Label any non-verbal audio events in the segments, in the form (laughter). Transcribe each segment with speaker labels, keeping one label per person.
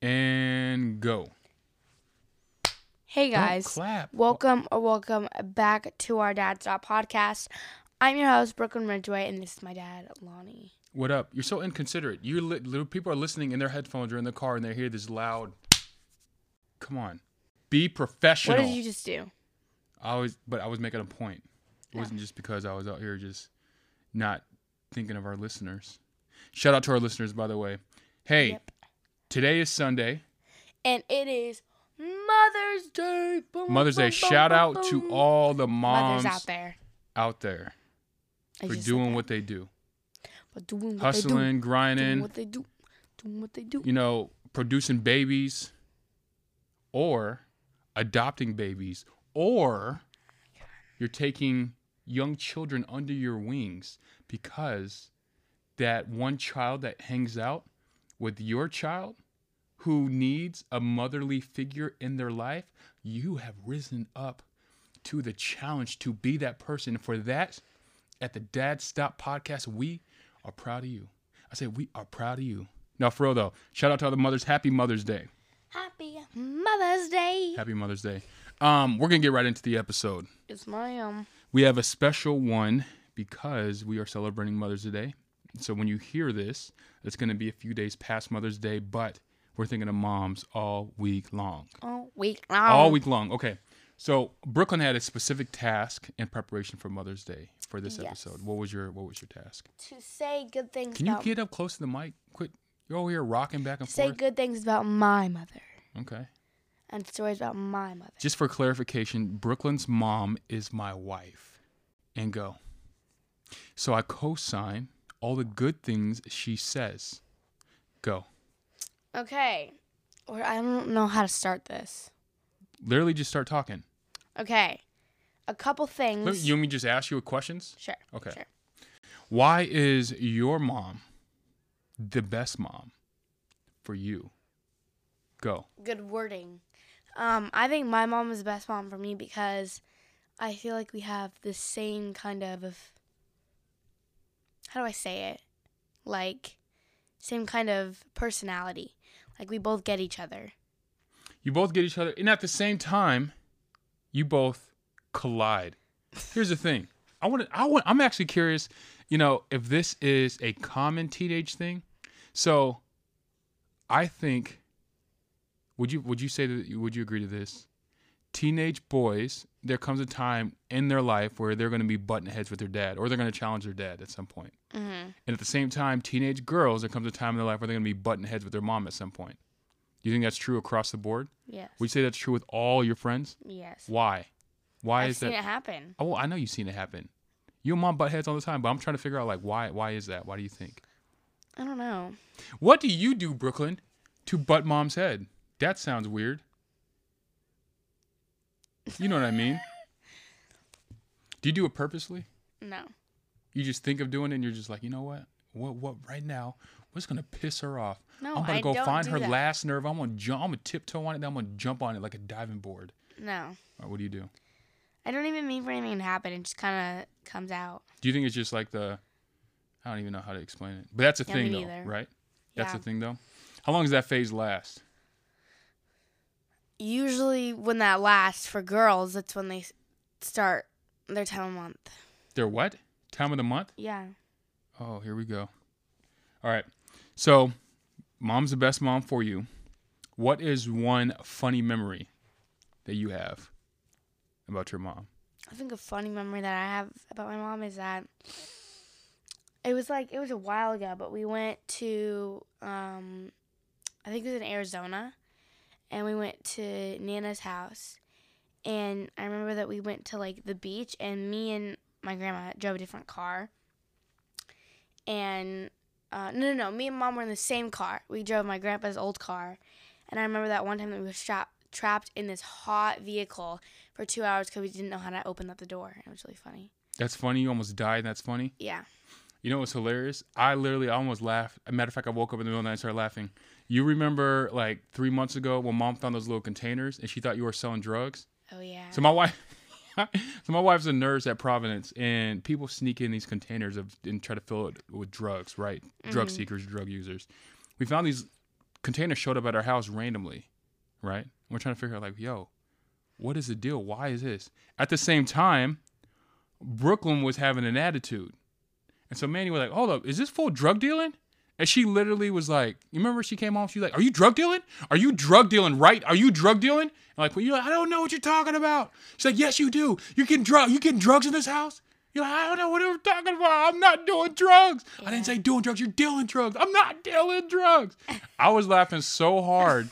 Speaker 1: And go.
Speaker 2: Hey
Speaker 1: Don't
Speaker 2: guys,
Speaker 1: clap.
Speaker 2: welcome or welcome back to our Dad's Dot podcast. I'm your host Brooklyn Ridgeway, and this is my dad Lonnie.
Speaker 1: What up? You're so inconsiderate. You li- li- people are listening in their headphones or in the car and they hear this loud. Come on, be professional.
Speaker 2: What did you just do?
Speaker 1: I was, but I was making a point. It wasn't just because I was out here just not thinking of our listeners. Shout out to our listeners, by the way. Hey,
Speaker 2: Yep.
Speaker 1: today is Sunday,
Speaker 2: And it is Mother's Day. Boom,
Speaker 1: Mother's Day.
Speaker 2: boom, boom,
Speaker 1: Shout
Speaker 2: boom,
Speaker 1: out to
Speaker 2: boom.
Speaker 1: all the moms
Speaker 2: mothers out there
Speaker 1: out there
Speaker 2: I
Speaker 1: for
Speaker 2: just said
Speaker 1: doing
Speaker 2: that.
Speaker 1: what they do,
Speaker 2: But doing what
Speaker 1: hustling,
Speaker 2: they do, doing
Speaker 1: grinding,
Speaker 2: what they do, doing what they do.
Speaker 1: you know, producing babies, or adopting babies, or you're taking young children under your wings because that one child that hangs out with your child who needs a motherly figure in their life, you have risen up to the challenge to be that person. And for that, at the Dad Stop Podcast, we are proud of you. I say we are proud of you. Now, for real though, shout out to all the mothers. Happy Mother's Day.
Speaker 2: Happy Mother's Day.
Speaker 1: Happy Mother's Day. Um, we're gonna get right into the episode.
Speaker 2: It's my um.
Speaker 1: We have a special one because we are celebrating Mother's Day. So when you hear this, it's gonna be a few days past Mother's Day, but we're thinking of moms all week long.
Speaker 2: All week long.
Speaker 1: All week long. Okay. So Brooklyn had a specific task in preparation for Mother's Day for this
Speaker 2: Yes.
Speaker 1: episode. What was your What was your task?
Speaker 2: to say good things
Speaker 1: Can you
Speaker 2: about
Speaker 1: get up close to the mic? Quit. You're over here rocking back and
Speaker 2: to say
Speaker 1: forth.
Speaker 2: good things about my mother
Speaker 1: Okay.
Speaker 2: and stories about my mother.
Speaker 1: Just for clarification, Brooklyn's mom is my wife. And go. So I co sign all the good things she says. Go.
Speaker 2: Okay. Or I don't know how to start this.
Speaker 1: Literally just start talking.
Speaker 2: Okay. A couple
Speaker 1: Let me,
Speaker 2: things.
Speaker 1: you want me to just ask you questions?
Speaker 2: sure.
Speaker 1: Okay.
Speaker 2: Sure.
Speaker 1: Why is your mom the best mom for you? Go.
Speaker 2: Good wording. Um, I think my mom is the best mom for me because I feel like we have the same kind of, how do I say it? Like same kind of personality. Like we both get each other.
Speaker 1: You both get each other, and at the same time, you both collide. Here's the thing. I want to. I want. I'm actually curious. You know, if this is a common teenage thing. So, I think. Would you Would you say that? Would you agree to this? Teenage boys, there comes a time in their life where they're going to be button heads with their dad, or they're going to challenge their dad at some point.
Speaker 2: Mm-hmm.
Speaker 1: And at the same time, teenage girls, there comes a time in their life where they're going to be button heads with their mom at some point. Do you think that's true across the board?
Speaker 2: Yes.
Speaker 1: Would you say that's true with all your friends?
Speaker 2: yes.
Speaker 1: Why? Why
Speaker 2: I've
Speaker 1: is
Speaker 2: seen
Speaker 1: that?
Speaker 2: it happen.
Speaker 1: Oh, I know you've seen it happen. You and mom butt heads all the time, but I'm trying to figure out like why? Why is that? Why do you think?
Speaker 2: I don't know.
Speaker 1: What do you do, Brooklyn, to butt mom's head? That sounds weird. You know what I
Speaker 2: (laughs)
Speaker 1: mean? do you do it purposely?
Speaker 2: No.
Speaker 1: You just think of doing it, and you're just like, you know what? What? What? Right now, what's gonna piss her off?
Speaker 2: No,
Speaker 1: I'm gonna
Speaker 2: I
Speaker 1: go
Speaker 2: don't
Speaker 1: find
Speaker 2: do
Speaker 1: her
Speaker 2: that.
Speaker 1: last nerve. I'm gonna jump. I'm gonna tiptoe on it. Then I'm gonna jump on it like a diving board.
Speaker 2: No.
Speaker 1: All right, what do you do?
Speaker 2: I don't even mean for anything to happen. It just kind of comes out.
Speaker 1: Do you think it's just like the? I don't even know how to explain it, but that's a
Speaker 2: Yeah, me
Speaker 1: thing though,
Speaker 2: neither.
Speaker 1: right? That's
Speaker 2: Yeah.
Speaker 1: a thing though. How long does that phase last?
Speaker 2: Usually, when that lasts for girls, that's when they s- start their time a month.
Speaker 1: Their what? Time of the month?
Speaker 2: Yeah.
Speaker 1: Oh, here we go. All right. So, mom's the best mom for you. What is one funny memory that you have about your mom?
Speaker 2: I think a funny memory that I have about my mom is that it was like it was a while ago, but we went to um, I think it was in Arizona, and we went to Nana's house, and I remember that we went to like the beach, and me and my grandma drove a different car, and uh, no, no, no, me and mom were in the same car. We drove my grandpa's old car, and I remember that one time that we were trapped trapped in this hot vehicle for two hours because we didn't know how to open up the door. It was really funny.
Speaker 1: That's funny. You almost died. That's funny.
Speaker 2: Yeah.
Speaker 1: You know what's hilarious? I literally almost laughed. As a matter of fact, I woke up in the middle of the night and started laughing. You remember like three months ago when mom found those little containers and she thought you were selling drugs?
Speaker 2: Oh yeah.
Speaker 1: So my wife, (laughs) so my wife's a nurse at Providence, and people sneak in these containers of and try to fill it with drugs, right? Drug
Speaker 2: Mhm.
Speaker 1: seekers, drug users. We found these containers showed up at our house randomly, right? And we're trying to figure out like, yo, what is the deal? Why is this? At the same time, Brooklyn was having an attitude, and so Manny was like, hold up, is this full drug dealing? And she literally was like, you remember she came home, she was like, Are you drug dealing? Are you drug dealing, right? Are you drug dealing? And like, well, you're like, I don't know what you're talking about. She's like, Yes, you do. You getting drug you getting drugs in this house? You're like, I don't know what you're talking about. I'm not doing drugs. I
Speaker 2: Yeah.
Speaker 1: didn't say doing drugs, you're dealing drugs. I'm not dealing drugs. I was laughing so
Speaker 2: (laughs)
Speaker 1: hard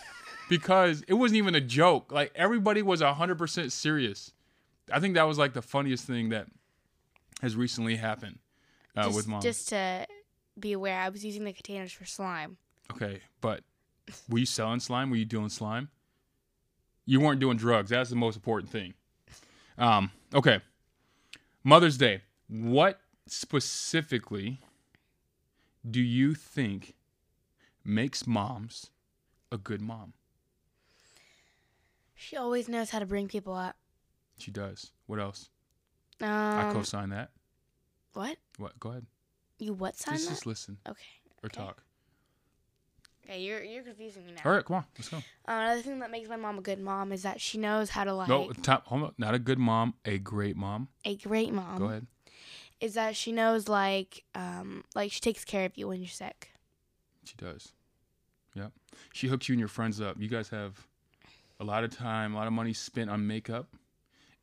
Speaker 1: because it wasn't even a joke. Like everybody was hundred percent serious. I think that was like the funniest thing that has recently happened uh,
Speaker 2: just,
Speaker 1: with mom.
Speaker 2: just to be aware, I was using the containers for slime.
Speaker 1: Okay, but were you selling slime? Were you doing slime? You weren't doing drugs. That's the most important thing. Um, okay. Mother's Day. What specifically do you think makes moms a good mom?
Speaker 2: She always knows how to bring people up.
Speaker 1: She does. What else?
Speaker 2: Um,
Speaker 1: I co-sign that.
Speaker 2: what?
Speaker 1: What? Go ahead.
Speaker 2: You what sign
Speaker 1: Just,
Speaker 2: that?
Speaker 1: just listen
Speaker 2: okay.
Speaker 1: or
Speaker 2: Okay.
Speaker 1: talk.
Speaker 2: Okay, you're you're confusing me now.
Speaker 1: All right, come on, let's go.
Speaker 2: Uh, another thing that makes my mom a good mom is that she knows how to like
Speaker 1: No, top. Hold on. Not a good mom, a great mom.
Speaker 2: a great mom.
Speaker 1: Go ahead.
Speaker 2: Is that she knows like um like she takes care of you when you're sick.
Speaker 1: She does. Yep. She hooks you and your friends up. You guys have a lot of time, a lot of money spent on makeup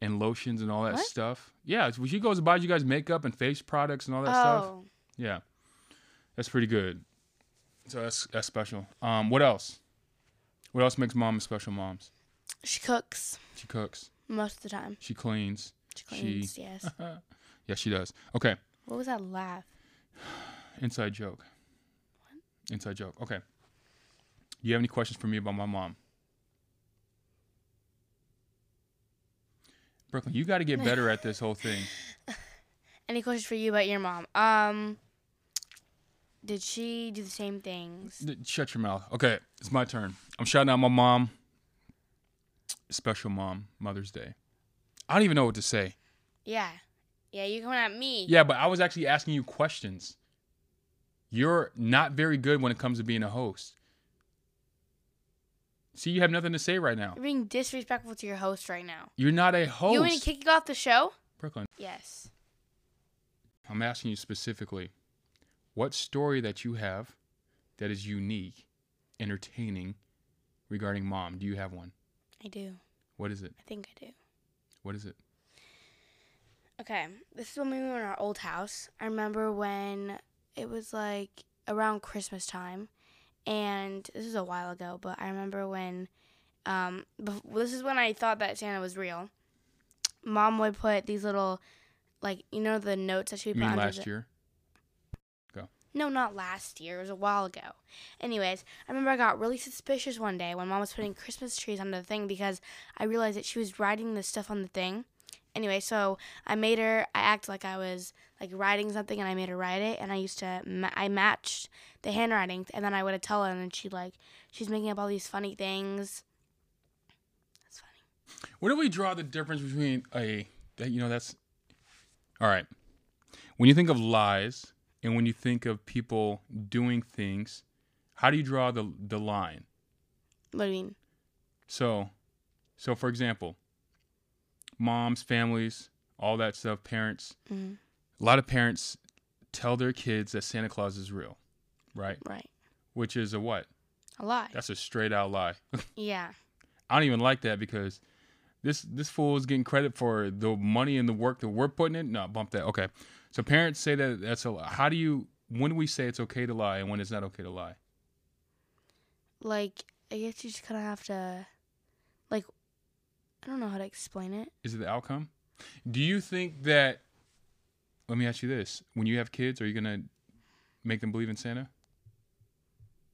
Speaker 1: and lotions and all that
Speaker 2: What?
Speaker 1: stuff. Yeah, it's- she goes and buys you guys makeup and face products and all that stuff.
Speaker 2: oh,
Speaker 1: Yeah. That's pretty good. So that's that's special. Um, what else? What else makes moms special moms?
Speaker 2: she cooks
Speaker 1: She cooks.
Speaker 2: most of the time.
Speaker 1: She cleans. (laughs)
Speaker 2: She cleans. Yes.
Speaker 1: Yeah, she does. Okay.
Speaker 2: What was that laugh?
Speaker 1: Inside joke. Inside joke. Okay. Do you have any questions for me about my mom? Brooklyn, you got to get better at this whole thing.
Speaker 2: Any questions for you about your mom? Um, did she do the same things?
Speaker 1: D- Shut your mouth. Okay, it's my turn. I'm shouting out my mom. Special mom, Mother's Day. I don't even know what to say.
Speaker 2: Yeah, yeah. You coming at me?
Speaker 1: Yeah, but I was actually asking you questions. You're not very good when it comes to being a host. See, you have nothing to say right now.
Speaker 2: You're being disrespectful to your host right now.
Speaker 1: You're not a host.
Speaker 2: You want me to kick you off the show?
Speaker 1: Brooklyn.
Speaker 2: Yes.
Speaker 1: I'm asking you specifically, what story that you have that is unique, entertaining regarding mom? Do you have one?
Speaker 2: I do.
Speaker 1: What is it?
Speaker 2: I think I do.
Speaker 1: What is it?
Speaker 2: Okay, this is when we were in our old house. I remember when it was like around Christmas time, and this is a while ago, but I remember when, um, bef- this is when I thought that Santa was real. Mom would put these little, like you know, the notes that she would
Speaker 1: You
Speaker 2: put
Speaker 1: mean
Speaker 2: under
Speaker 1: last
Speaker 2: the-
Speaker 1: year?
Speaker 2: No, not last year. It was a while ago. Anyways, I remember I got really suspicious one day when mom was putting Christmas trees under the thing because I realized that she was writing this stuff on the thing. Anyway, so I made her. I acted like I was like writing something, and I made her write it. And I used to ma- I matched the handwriting, and then I would tell her, and then she like she's making up all these funny things. That's funny.
Speaker 1: Where do we draw the difference between a that you know that's all right. When you think of lies and when you think of people doing things, how do you draw the the line?
Speaker 2: What do you mean?
Speaker 1: So, so for example, moms, families, all that stuff, parents.
Speaker 2: Mhm.
Speaker 1: A lot of parents tell their kids that Santa Claus is real, right?
Speaker 2: Right?
Speaker 1: Which is a what?
Speaker 2: A lie.
Speaker 1: That's a straight out lie.
Speaker 2: yeah.
Speaker 1: I don't even like that because this this fool is getting credit for the money and the work that we're putting in. No, bump that. Okay. So parents say that that's a lie. How do you? When do we say it's okay to lie and when it's not okay to lie?
Speaker 2: like I guess you just kind of have to, like, I don't know how to explain it.
Speaker 1: Is it the outcome? Do you think that? Let me ask you this: When you have kids, are you gonna make them believe in Santa?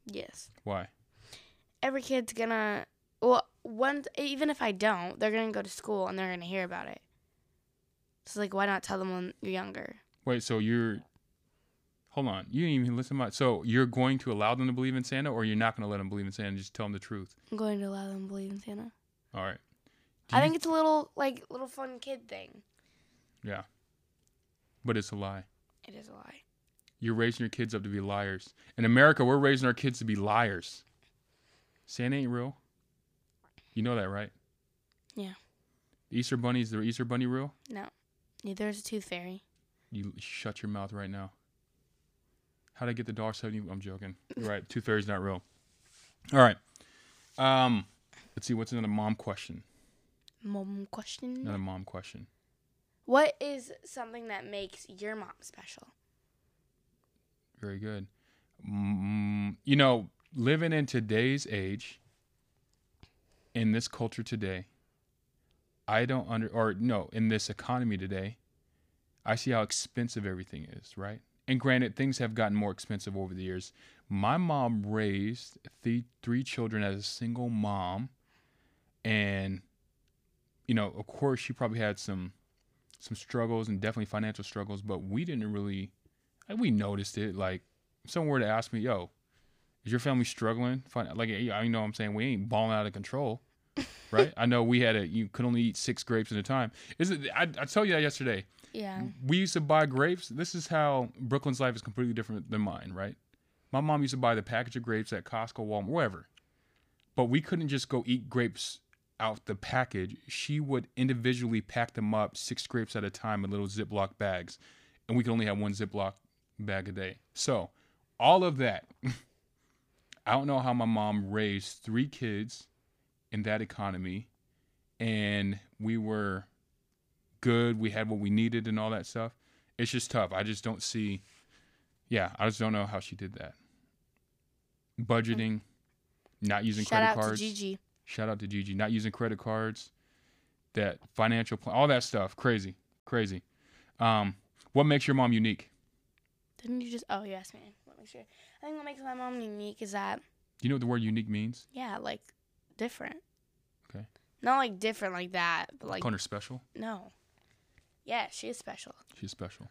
Speaker 2: Yes,
Speaker 1: Why?
Speaker 2: every kid's gonna. Well, one even if I don't, they're gonna go to school and they're gonna hear about it. So like, why not tell them when you're younger?
Speaker 1: Wait. So you're. Hold on. You didn't even listen to my. So you're going to allow them to believe in Santa, or you're not going to let them believe in Santa? and Just tell them the truth.
Speaker 2: I'm going to allow them to believe in Santa.
Speaker 1: All right. Do
Speaker 2: I
Speaker 1: you-
Speaker 2: think it's a little like little fun kid thing.
Speaker 1: Yeah. But it's a lie.
Speaker 2: It is a lie.
Speaker 1: You're raising your kids up to be liars. In America, we're raising our kids to be liars. Santa ain't real. You know that, right?
Speaker 2: Yeah.
Speaker 1: The Easter Bunny is the Easter Bunny real?
Speaker 2: Neither is a tooth fairy.
Speaker 1: You shut your mouth right now. How'd I get the dollar seventy? I'm joking. You're right. Tooth fairy's not real. All right. Um, let's see. What's another mom question?
Speaker 2: Mom question.
Speaker 1: Another mom question.
Speaker 2: What is something that makes your mom special?
Speaker 1: Very good. Mm, you know, living in today's age, in this culture today, I don't under, or no, in this economy today, I see how expensive everything is, right? And granted, things have gotten more expensive over the years. My mom raised the three children as a single mom, and you know, of course, she probably had some some struggles and definitely financial struggles, but we didn't really and we noticed it. Like, if someone were to ask me, "Yo, is your family struggling?" Fin- Like, yeah, you know, what I'm saying we ain't balling out of control, right? I know we had a you could only eat six grapes at a time. Is it? I, I tell you that yesterday.
Speaker 2: Yeah.
Speaker 1: We used to buy grapes. This is how Brooklyn's life is completely different than mine, right? My mom used to buy the package of grapes at Costco, Walmart, wherever. But we couldn't just go eat grapes out the package. She would individually pack them up, six grapes at a time, in little Ziploc bags. And we could only have one Ziploc bag a day. So, all of that. I don't know how my mom raised three kids in that economy. And we were good. We had what we needed and all that stuff. It's just tough. I just don't see. Yeah, I just don't know how she did that. Budgeting, not using
Speaker 2: Shout
Speaker 1: credit
Speaker 2: out
Speaker 1: cards.
Speaker 2: to Gigi.
Speaker 1: Shout out to Gigi. Not using credit cards, that financial plan, all that stuff. Crazy, crazy. Um, what makes your mom unique?
Speaker 2: Didn't you just? Oh, you asked me. Let me sure. I think what makes my mom unique is that
Speaker 1: Do you know what the word unique means?
Speaker 2: yeah, like different.
Speaker 1: Okay.
Speaker 2: Not like different like that, but like
Speaker 1: Calling her special.
Speaker 2: no. Yeah, she is special.
Speaker 1: She's special.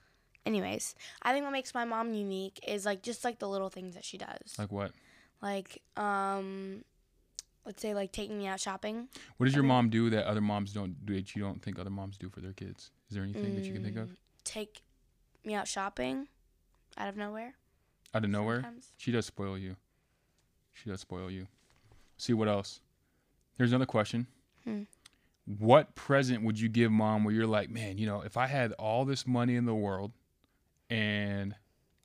Speaker 2: Anyways, I think what makes my mom unique is like just like the little things that she does.
Speaker 1: Like what?
Speaker 2: Like, um, let's say like taking me out shopping.
Speaker 1: What does
Speaker 2: I
Speaker 1: your
Speaker 2: think-
Speaker 1: mom do that other moms don't do that you don't think other moms do for their kids? Is there anything that you can think of
Speaker 2: Mm, Take me out shopping, out of nowhere.
Speaker 1: out of nowhere?
Speaker 2: sometimes.
Speaker 1: She does spoil you. She does spoil you. See what else? Here's another question.
Speaker 2: Hmm.
Speaker 1: What present would you give mom where you're like, man, you know, if I had all this money in the world and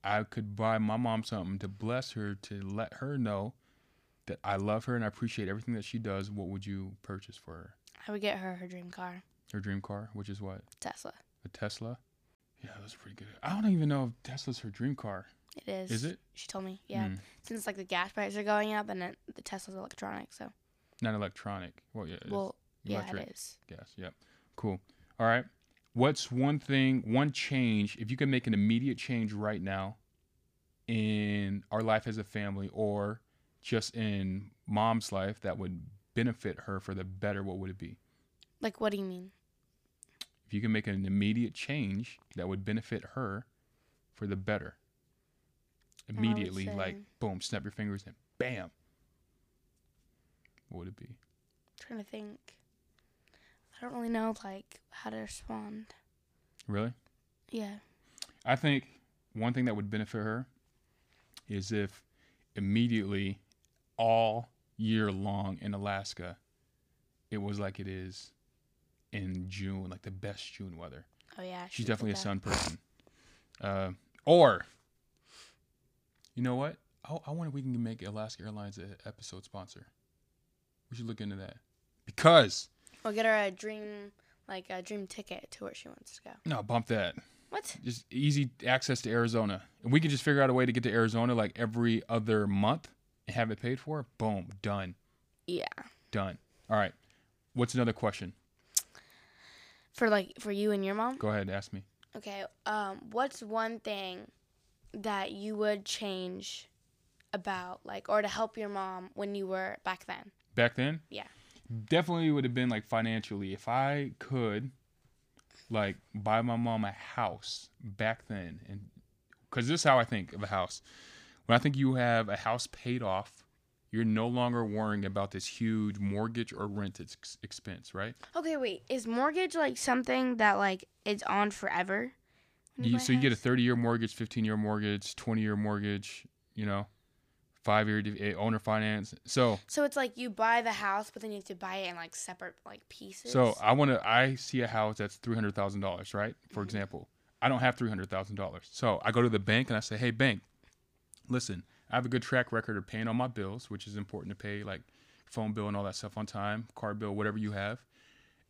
Speaker 1: I could buy my mom something to bless her, to let her know that I love her and I appreciate everything that she does, what would you purchase for her?
Speaker 2: I would get her her dream car,
Speaker 1: Her dream car, which is what?
Speaker 2: Tesla.
Speaker 1: A Tesla? Yeah, that's pretty good. I don't even know if Tesla's her dream car.
Speaker 2: It is.
Speaker 1: Is it?
Speaker 2: She told me. Yeah.
Speaker 1: Hmm.
Speaker 2: Since like the gas prices are going up and it, the Tesla's electronic, so
Speaker 1: Not electronic. Well, yeah. it is
Speaker 2: well, yeah,
Speaker 1: electric.
Speaker 2: it is.
Speaker 1: Yes. Yep. Cool. All right. What's one thing, one change, if you can make an immediate change right now in our life as a family or just in mom's life that would benefit her for the better, what would it be?
Speaker 2: Like, what do you mean?
Speaker 1: If you can make an immediate change that would benefit her for the better,
Speaker 2: would
Speaker 1: immediately, like
Speaker 2: say-
Speaker 1: boom, snap your fingers and bam. What would it be?
Speaker 2: trying to think. I don't really know like how to respond.
Speaker 1: Really?
Speaker 2: Yeah.
Speaker 1: I think one thing that would benefit her is if immediately all year long in Alaska, it was like it is in June, like the best June weather.
Speaker 2: Oh yeah. I
Speaker 1: She's
Speaker 2: should have
Speaker 1: definitely a
Speaker 2: said
Speaker 1: sun person. Uh, or, you know what? I, I wonder if we can make Alaska Airlines an episode sponsor. We should look into that. Because,
Speaker 2: that. We'll get her a dream like a dream ticket to where she wants to go.
Speaker 1: no, bump that.
Speaker 2: What?
Speaker 1: just easy access to Arizona. And we could just figure out a way to get to Arizona like every other month and have it paid for. Boom, done,
Speaker 2: Yeah.
Speaker 1: done. All right. What's another question?
Speaker 2: For like for you and your mom.
Speaker 1: Go ahead, ask me.
Speaker 2: Okay. Um, what's one thing that you would change about like or to help your mom when you were back then?
Speaker 1: Back then?
Speaker 2: Yeah.
Speaker 1: Definitely would have been like financially. If I could like buy my mom a house back then and because this is how I think of a house. When I think you have a house paid off, you're no longer worrying about this huge mortgage or rent ex- expense, right?
Speaker 2: Okay, wait. Is mortgage like something that like it's on forever? when
Speaker 1: You,
Speaker 2: buy
Speaker 1: so you get a
Speaker 2: house?
Speaker 1: 30 year mortgage, 15 year mortgage, 20 year mortgage, you know, five year owner finance. So,
Speaker 2: So it's like you buy the house, but then you have to buy it in like separate like pieces.
Speaker 1: so uh, I want to, I see a house that's $300,000, right? For
Speaker 2: Mhm.
Speaker 1: example, I don't have $300,000. So I go to the bank and I say, hey, bank, listen, I have a good track record of paying all my bills, which is important to pay like phone bill and all that stuff on time, car bill, whatever you have.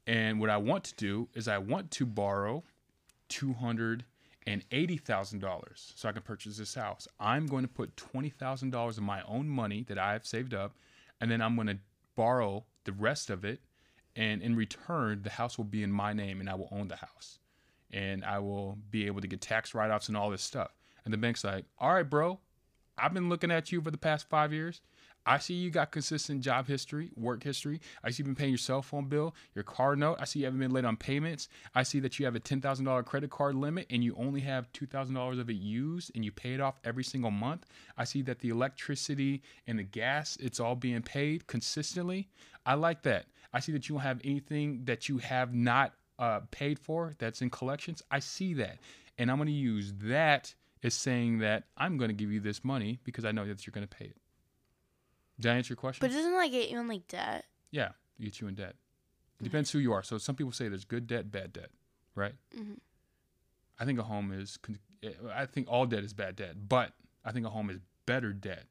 Speaker 1: And what I want to do is I want to borrow two hundred and eighty thousand dollars so I can purchase this house. I'm going to put twenty thousand dollars of my own money that I've saved up, and then I'm going to borrow the rest of it. And in return, the house will be in my name, and I will own the house, and I will be able to get tax write-offs and all this stuff. And the bank's like, "All right, bro, I've been looking at you for the past five years. I see you got consistent job history, work history. I see you've been paying your cell phone bill, your car note. I see you haven't been late on payments. I see that you have a $10,000 credit card limit and you only have $2,000 of it used and you pay it off every single month. I see that the electricity and the gas, it's all being paid consistently. I like that. I see that you don't have anything that you have not uh, paid for that's in collections. I see that. And I'm going to use that as saying that I'm going to give you this money because I know that you're going to pay it. Did I answer your question?
Speaker 2: But doesn't like get you in like debt?
Speaker 1: Yeah, it gets you in debt. It depends who you are. So some people say there's good debt, bad debt, right?
Speaker 2: Mhm.
Speaker 1: I think a home is. con- I think all debt is bad debt, but I think a home is better debt.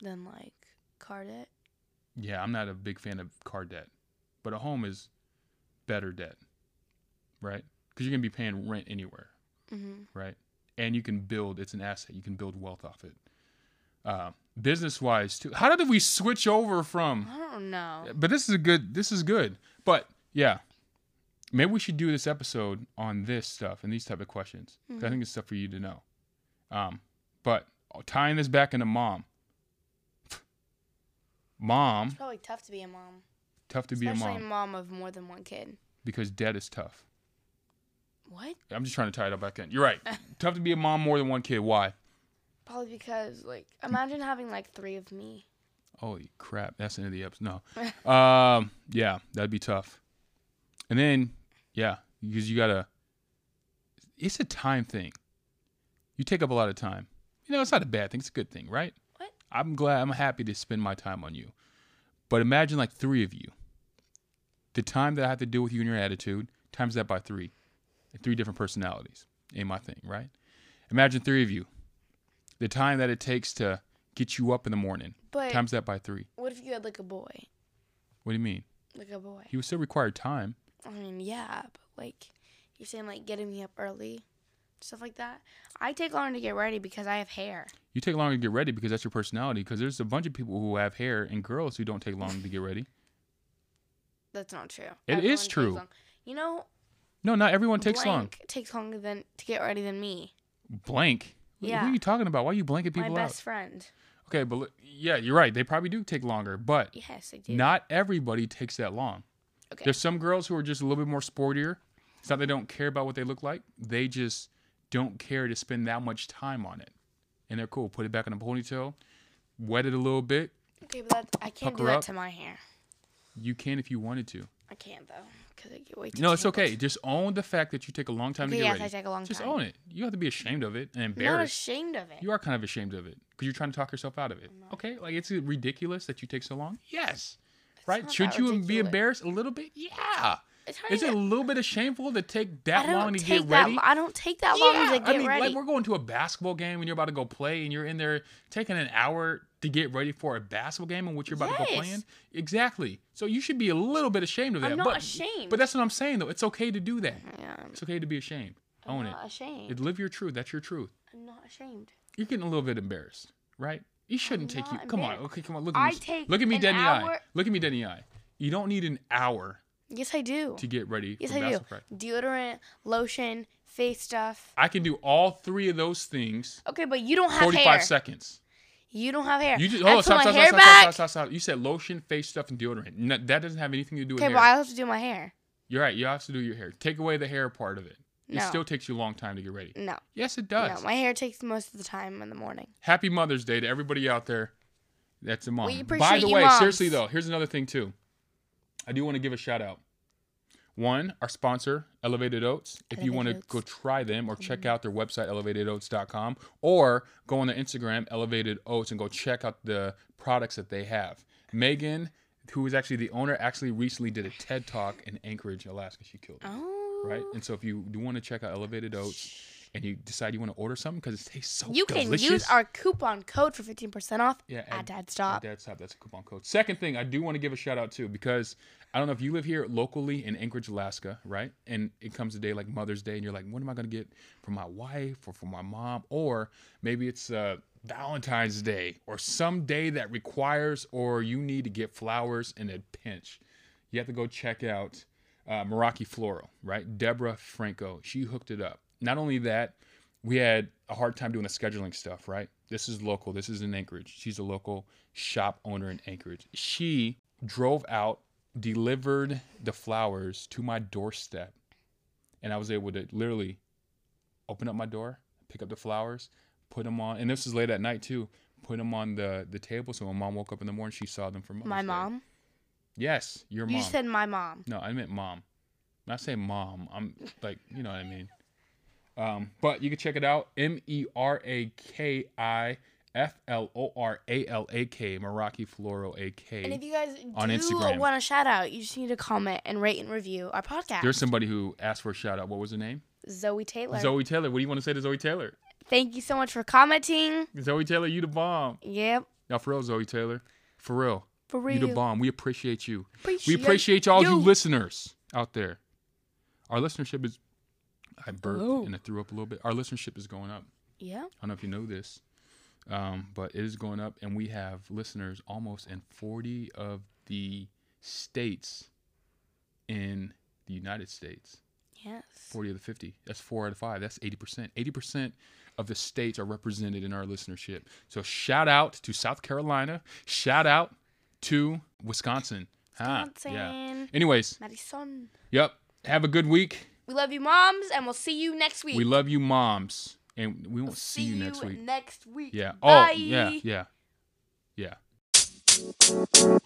Speaker 2: Then like card it.
Speaker 1: Yeah, I'm not a big fan of car debt, but a home is better debt, right? Because you're gonna be paying rent anywhere,
Speaker 2: Mm-hmm.
Speaker 1: right? And you can build. It's an asset. You can build wealth off it. Uh, business wise, too. How did we switch over from?
Speaker 2: I don't know.
Speaker 1: but this is a good this is good but yeah maybe we should do this episode on this stuff and these type of questions 'cause i
Speaker 2: Mhm.
Speaker 1: think it's stuff for you to know um but tying this back into mom
Speaker 2: It's
Speaker 1: mom
Speaker 2: probably tough to be a mom.
Speaker 1: tough to be a
Speaker 2: Especially
Speaker 1: mom
Speaker 2: of more than one kid.
Speaker 1: because debt is tough
Speaker 2: What?
Speaker 1: i'm just trying to tie it all back in you're right tough to be a mom more than one kid why
Speaker 2: Probably because like imagine having like three of me.
Speaker 1: holy crap that's the end of the episode no um yeah that'd be tough and then yeah because you gotta it's a time thing you take up a lot of time you know it's not a bad thing it's a good thing right
Speaker 2: What?
Speaker 1: i'm glad i'm happy to spend my time on you but imagine like three of you the time that i have to deal with you and your attitude times that by three three different personalities ain't my thing right imagine three of you the time that it takes to get you up in the morning
Speaker 2: But
Speaker 1: times that by three
Speaker 2: what if you had like a boy?
Speaker 1: what do you mean
Speaker 2: Like a boy.
Speaker 1: he would still require time
Speaker 2: I mean, yeah, but like you're saying like getting me up early, stuff like that. I take longer to get ready because I have hair.
Speaker 1: You take longer to get ready because that's your personality. Because there's a bunch of people who have hair and girls who don't take long to get ready.
Speaker 2: That's not true.
Speaker 1: It is
Speaker 2: Everyone takes
Speaker 1: true.
Speaker 2: long- You know,
Speaker 1: No, not everyone takes long.
Speaker 2: blank takes longer than to get ready than me.
Speaker 1: Blank. Wh- Who
Speaker 2: Yeah.
Speaker 1: are you talking about? Why are you blanking people
Speaker 2: My
Speaker 1: out?
Speaker 2: best friend.
Speaker 1: Okay, but li- yeah, you're right. They probably do take longer, but
Speaker 2: Yes, I do.
Speaker 1: not everybody takes that long.
Speaker 2: okay.
Speaker 1: There's some girls who are just a little bit more sportier. It's not they don't care about what they look like. They just don't care to spend that much time on it. And they're cool. Put it back in a ponytail, wet it a little bit.
Speaker 2: okay, but that, I can't
Speaker 1: Pucker
Speaker 2: do that
Speaker 1: up.
Speaker 2: to my hair.
Speaker 1: You can if you wanted to.
Speaker 2: I can't though, because I get way too.
Speaker 1: (laughs) No, it's
Speaker 2: tangled.
Speaker 1: okay. Just own the fact that you take a long time
Speaker 2: Okay,
Speaker 1: to get
Speaker 2: yes,
Speaker 1: ready.
Speaker 2: I take a long
Speaker 1: Just
Speaker 2: time.
Speaker 1: own it. You have to be ashamed of it and
Speaker 2: I'm not
Speaker 1: embarrassed.
Speaker 2: ashamed of it.
Speaker 1: you are kind of ashamed of it because you're trying to talk yourself out of it. Okay, like it's ridiculous that you take so long. Yes, right?
Speaker 2: not
Speaker 1: Should
Speaker 2: that
Speaker 1: you be
Speaker 2: ridiculous.
Speaker 1: embarrassed a little bit? Yeah.
Speaker 2: It's not
Speaker 1: Is it a
Speaker 2: even-
Speaker 1: little bit of shameful to take
Speaker 2: I
Speaker 1: that
Speaker 2: don't
Speaker 1: long to
Speaker 2: take
Speaker 1: get
Speaker 2: that.
Speaker 1: ready?
Speaker 2: lo- I don't take that long to
Speaker 1: Yeah,
Speaker 2: get
Speaker 1: I mean,
Speaker 2: ready.
Speaker 1: like we're going to a basketball game and you're about to go play, and you're in there taking an hour to get ready for a basketball game in which you're about to go
Speaker 2: Yes.
Speaker 1: playing. Exactly. So you should be a little bit ashamed of
Speaker 2: I'm
Speaker 1: that.
Speaker 2: not
Speaker 1: but,
Speaker 2: ashamed.
Speaker 1: But that's what I'm saying though. It's okay to do that.
Speaker 2: yeah, I'm-
Speaker 1: It's okay to be ashamed.
Speaker 2: I'm
Speaker 1: Own it.
Speaker 2: not ashamed.
Speaker 1: It- Live your truth. That's your truth.
Speaker 2: I'm not ashamed.
Speaker 1: You're getting a little bit embarrassed, right? You shouldn't take you.
Speaker 2: not
Speaker 1: Come on.
Speaker 2: embarrassed.
Speaker 1: Okay, come on. Look at
Speaker 2: I
Speaker 1: me.
Speaker 2: take
Speaker 1: look at me,
Speaker 2: an
Speaker 1: Denny Eye.
Speaker 2: hour-
Speaker 1: Look at me, Denny Eye. You don't need an hour
Speaker 2: Yes, I do.
Speaker 1: to get ready
Speaker 2: Yes,
Speaker 1: for
Speaker 2: I do.
Speaker 1: basketball practice.
Speaker 2: Deodorant, lotion, face stuff.
Speaker 1: I can do all three of those things.
Speaker 2: Okay, but you don't have
Speaker 1: 45
Speaker 2: hair.
Speaker 1: seconds.
Speaker 2: You don't have hair.
Speaker 1: You just
Speaker 2: I
Speaker 1: hold on,
Speaker 2: put
Speaker 1: stop,
Speaker 2: my
Speaker 1: stop,
Speaker 2: hair
Speaker 1: stop, stop,
Speaker 2: back.
Speaker 1: stop, stop, stop. You said lotion, face stuff, and deodorant. No, that doesn't have anything to do with
Speaker 2: Okay,
Speaker 1: hair.
Speaker 2: but I have to do my hair.
Speaker 1: You're right. You have to do your hair. Take away the hair part of it. It
Speaker 2: No.
Speaker 1: still takes you a long time to get ready.
Speaker 2: No,
Speaker 1: Yes, it
Speaker 2: no,
Speaker 1: does.
Speaker 2: my hair takes most of the time in the morning.
Speaker 1: Happy Mother's Day to everybody out there. That's a mom.
Speaker 2: We
Speaker 1: By
Speaker 2: appreciate
Speaker 1: the
Speaker 2: you
Speaker 1: way,
Speaker 2: moms.
Speaker 1: seriously though, here's another thing too. I do want to give a shout out. One, our sponsor, Elevated Oats. If you
Speaker 2: Elevated
Speaker 1: want to
Speaker 2: Oats. Mm-hmm.
Speaker 1: go try them or check out their website, elevatedoats.com, or go on their Instagram, Elevated Oats, and go check out the products that they have. Megan, who is actually the owner, actually recently did a TED Talk in Anchorage, Alaska. She killed it
Speaker 2: Oh.
Speaker 1: right? And so if you do want to check out Elevated Oats and you decide you want to order something because it tastes so
Speaker 2: You can
Speaker 1: delicious.
Speaker 2: use our coupon code for 15% off
Speaker 1: Yeah,
Speaker 2: at
Speaker 1: and-
Speaker 2: Dad Stop.
Speaker 1: Dad's Top, that's a coupon code. Second thing, I do want to give a shout out too because I don't know if you live here locally in Anchorage, Alaska, right? And it comes a day like Mother's Day and you're like, what am I going to get for my wife or for my mom? Or maybe it's uh, Valentine's Day or some day that requires or you need to get flowers in a pinch. You have to go check out uh, Meraki Floral, right? Deborah Franco, she hooked it up. Not only that, we had a hard time doing the scheduling stuff, right? This is local. This is in Anchorage. She's a local shop owner in Anchorage. She drove out, delivered the flowers to my doorstep, and I was able to literally open up my door, pick up the flowers, put them on, and this is late at night too. Put them on the the table, so when mom woke up in the morning, she saw them from
Speaker 2: My mom.
Speaker 1: Yes, your
Speaker 2: You
Speaker 1: mom.
Speaker 2: just said my mom.
Speaker 1: No, I meant mom. When I say mom, I'm like, you know what I mean. Um, but you can check it out. M E R A K I F L O R A L A K Meraki Floral A
Speaker 2: And if
Speaker 1: K.
Speaker 2: you guys
Speaker 1: On
Speaker 2: do
Speaker 1: Instagram.
Speaker 2: want a shout out, you just need to comment and rate and review our podcast.
Speaker 1: There's somebody who asked for a shout out. What was her name?
Speaker 2: Zoe Taylor.
Speaker 1: Zoe Taylor. What do you want to say to Zoe Taylor?
Speaker 2: Thank you so much for commenting.
Speaker 1: Zoe Taylor, you the bomb.
Speaker 2: Yep.
Speaker 1: Now for real, Zoe Taylor. For real.
Speaker 2: For real.
Speaker 1: You the bomb. We appreciate you.
Speaker 2: Appreciate
Speaker 1: We appreciate all you
Speaker 2: you.
Speaker 1: listeners out there. Our listenership is I burped
Speaker 2: Oh.
Speaker 1: and I threw up a little bit. Our listenership is going up.
Speaker 2: Yeah.
Speaker 1: I don't know if you know this, um, but it is going up, and we have listeners almost in 40 of the states in the United States.
Speaker 2: Yes.
Speaker 1: 40 of the 50. That's four out of five. That's 80%. 80% of the states are represented in our listenership. So shout out to South Carolina. Shout out to Wisconsin. Huh,
Speaker 2: Wisconsin.
Speaker 1: Anyways,
Speaker 2: Madison.
Speaker 1: yep. Have a good week.
Speaker 2: We love you, moms, and we'll see you next week.
Speaker 1: We love you, moms. And we won't see you next week. Oh,
Speaker 2: Next week.
Speaker 1: Yeah.
Speaker 2: Bye.
Speaker 1: Oh, yeah, yeah, yeah.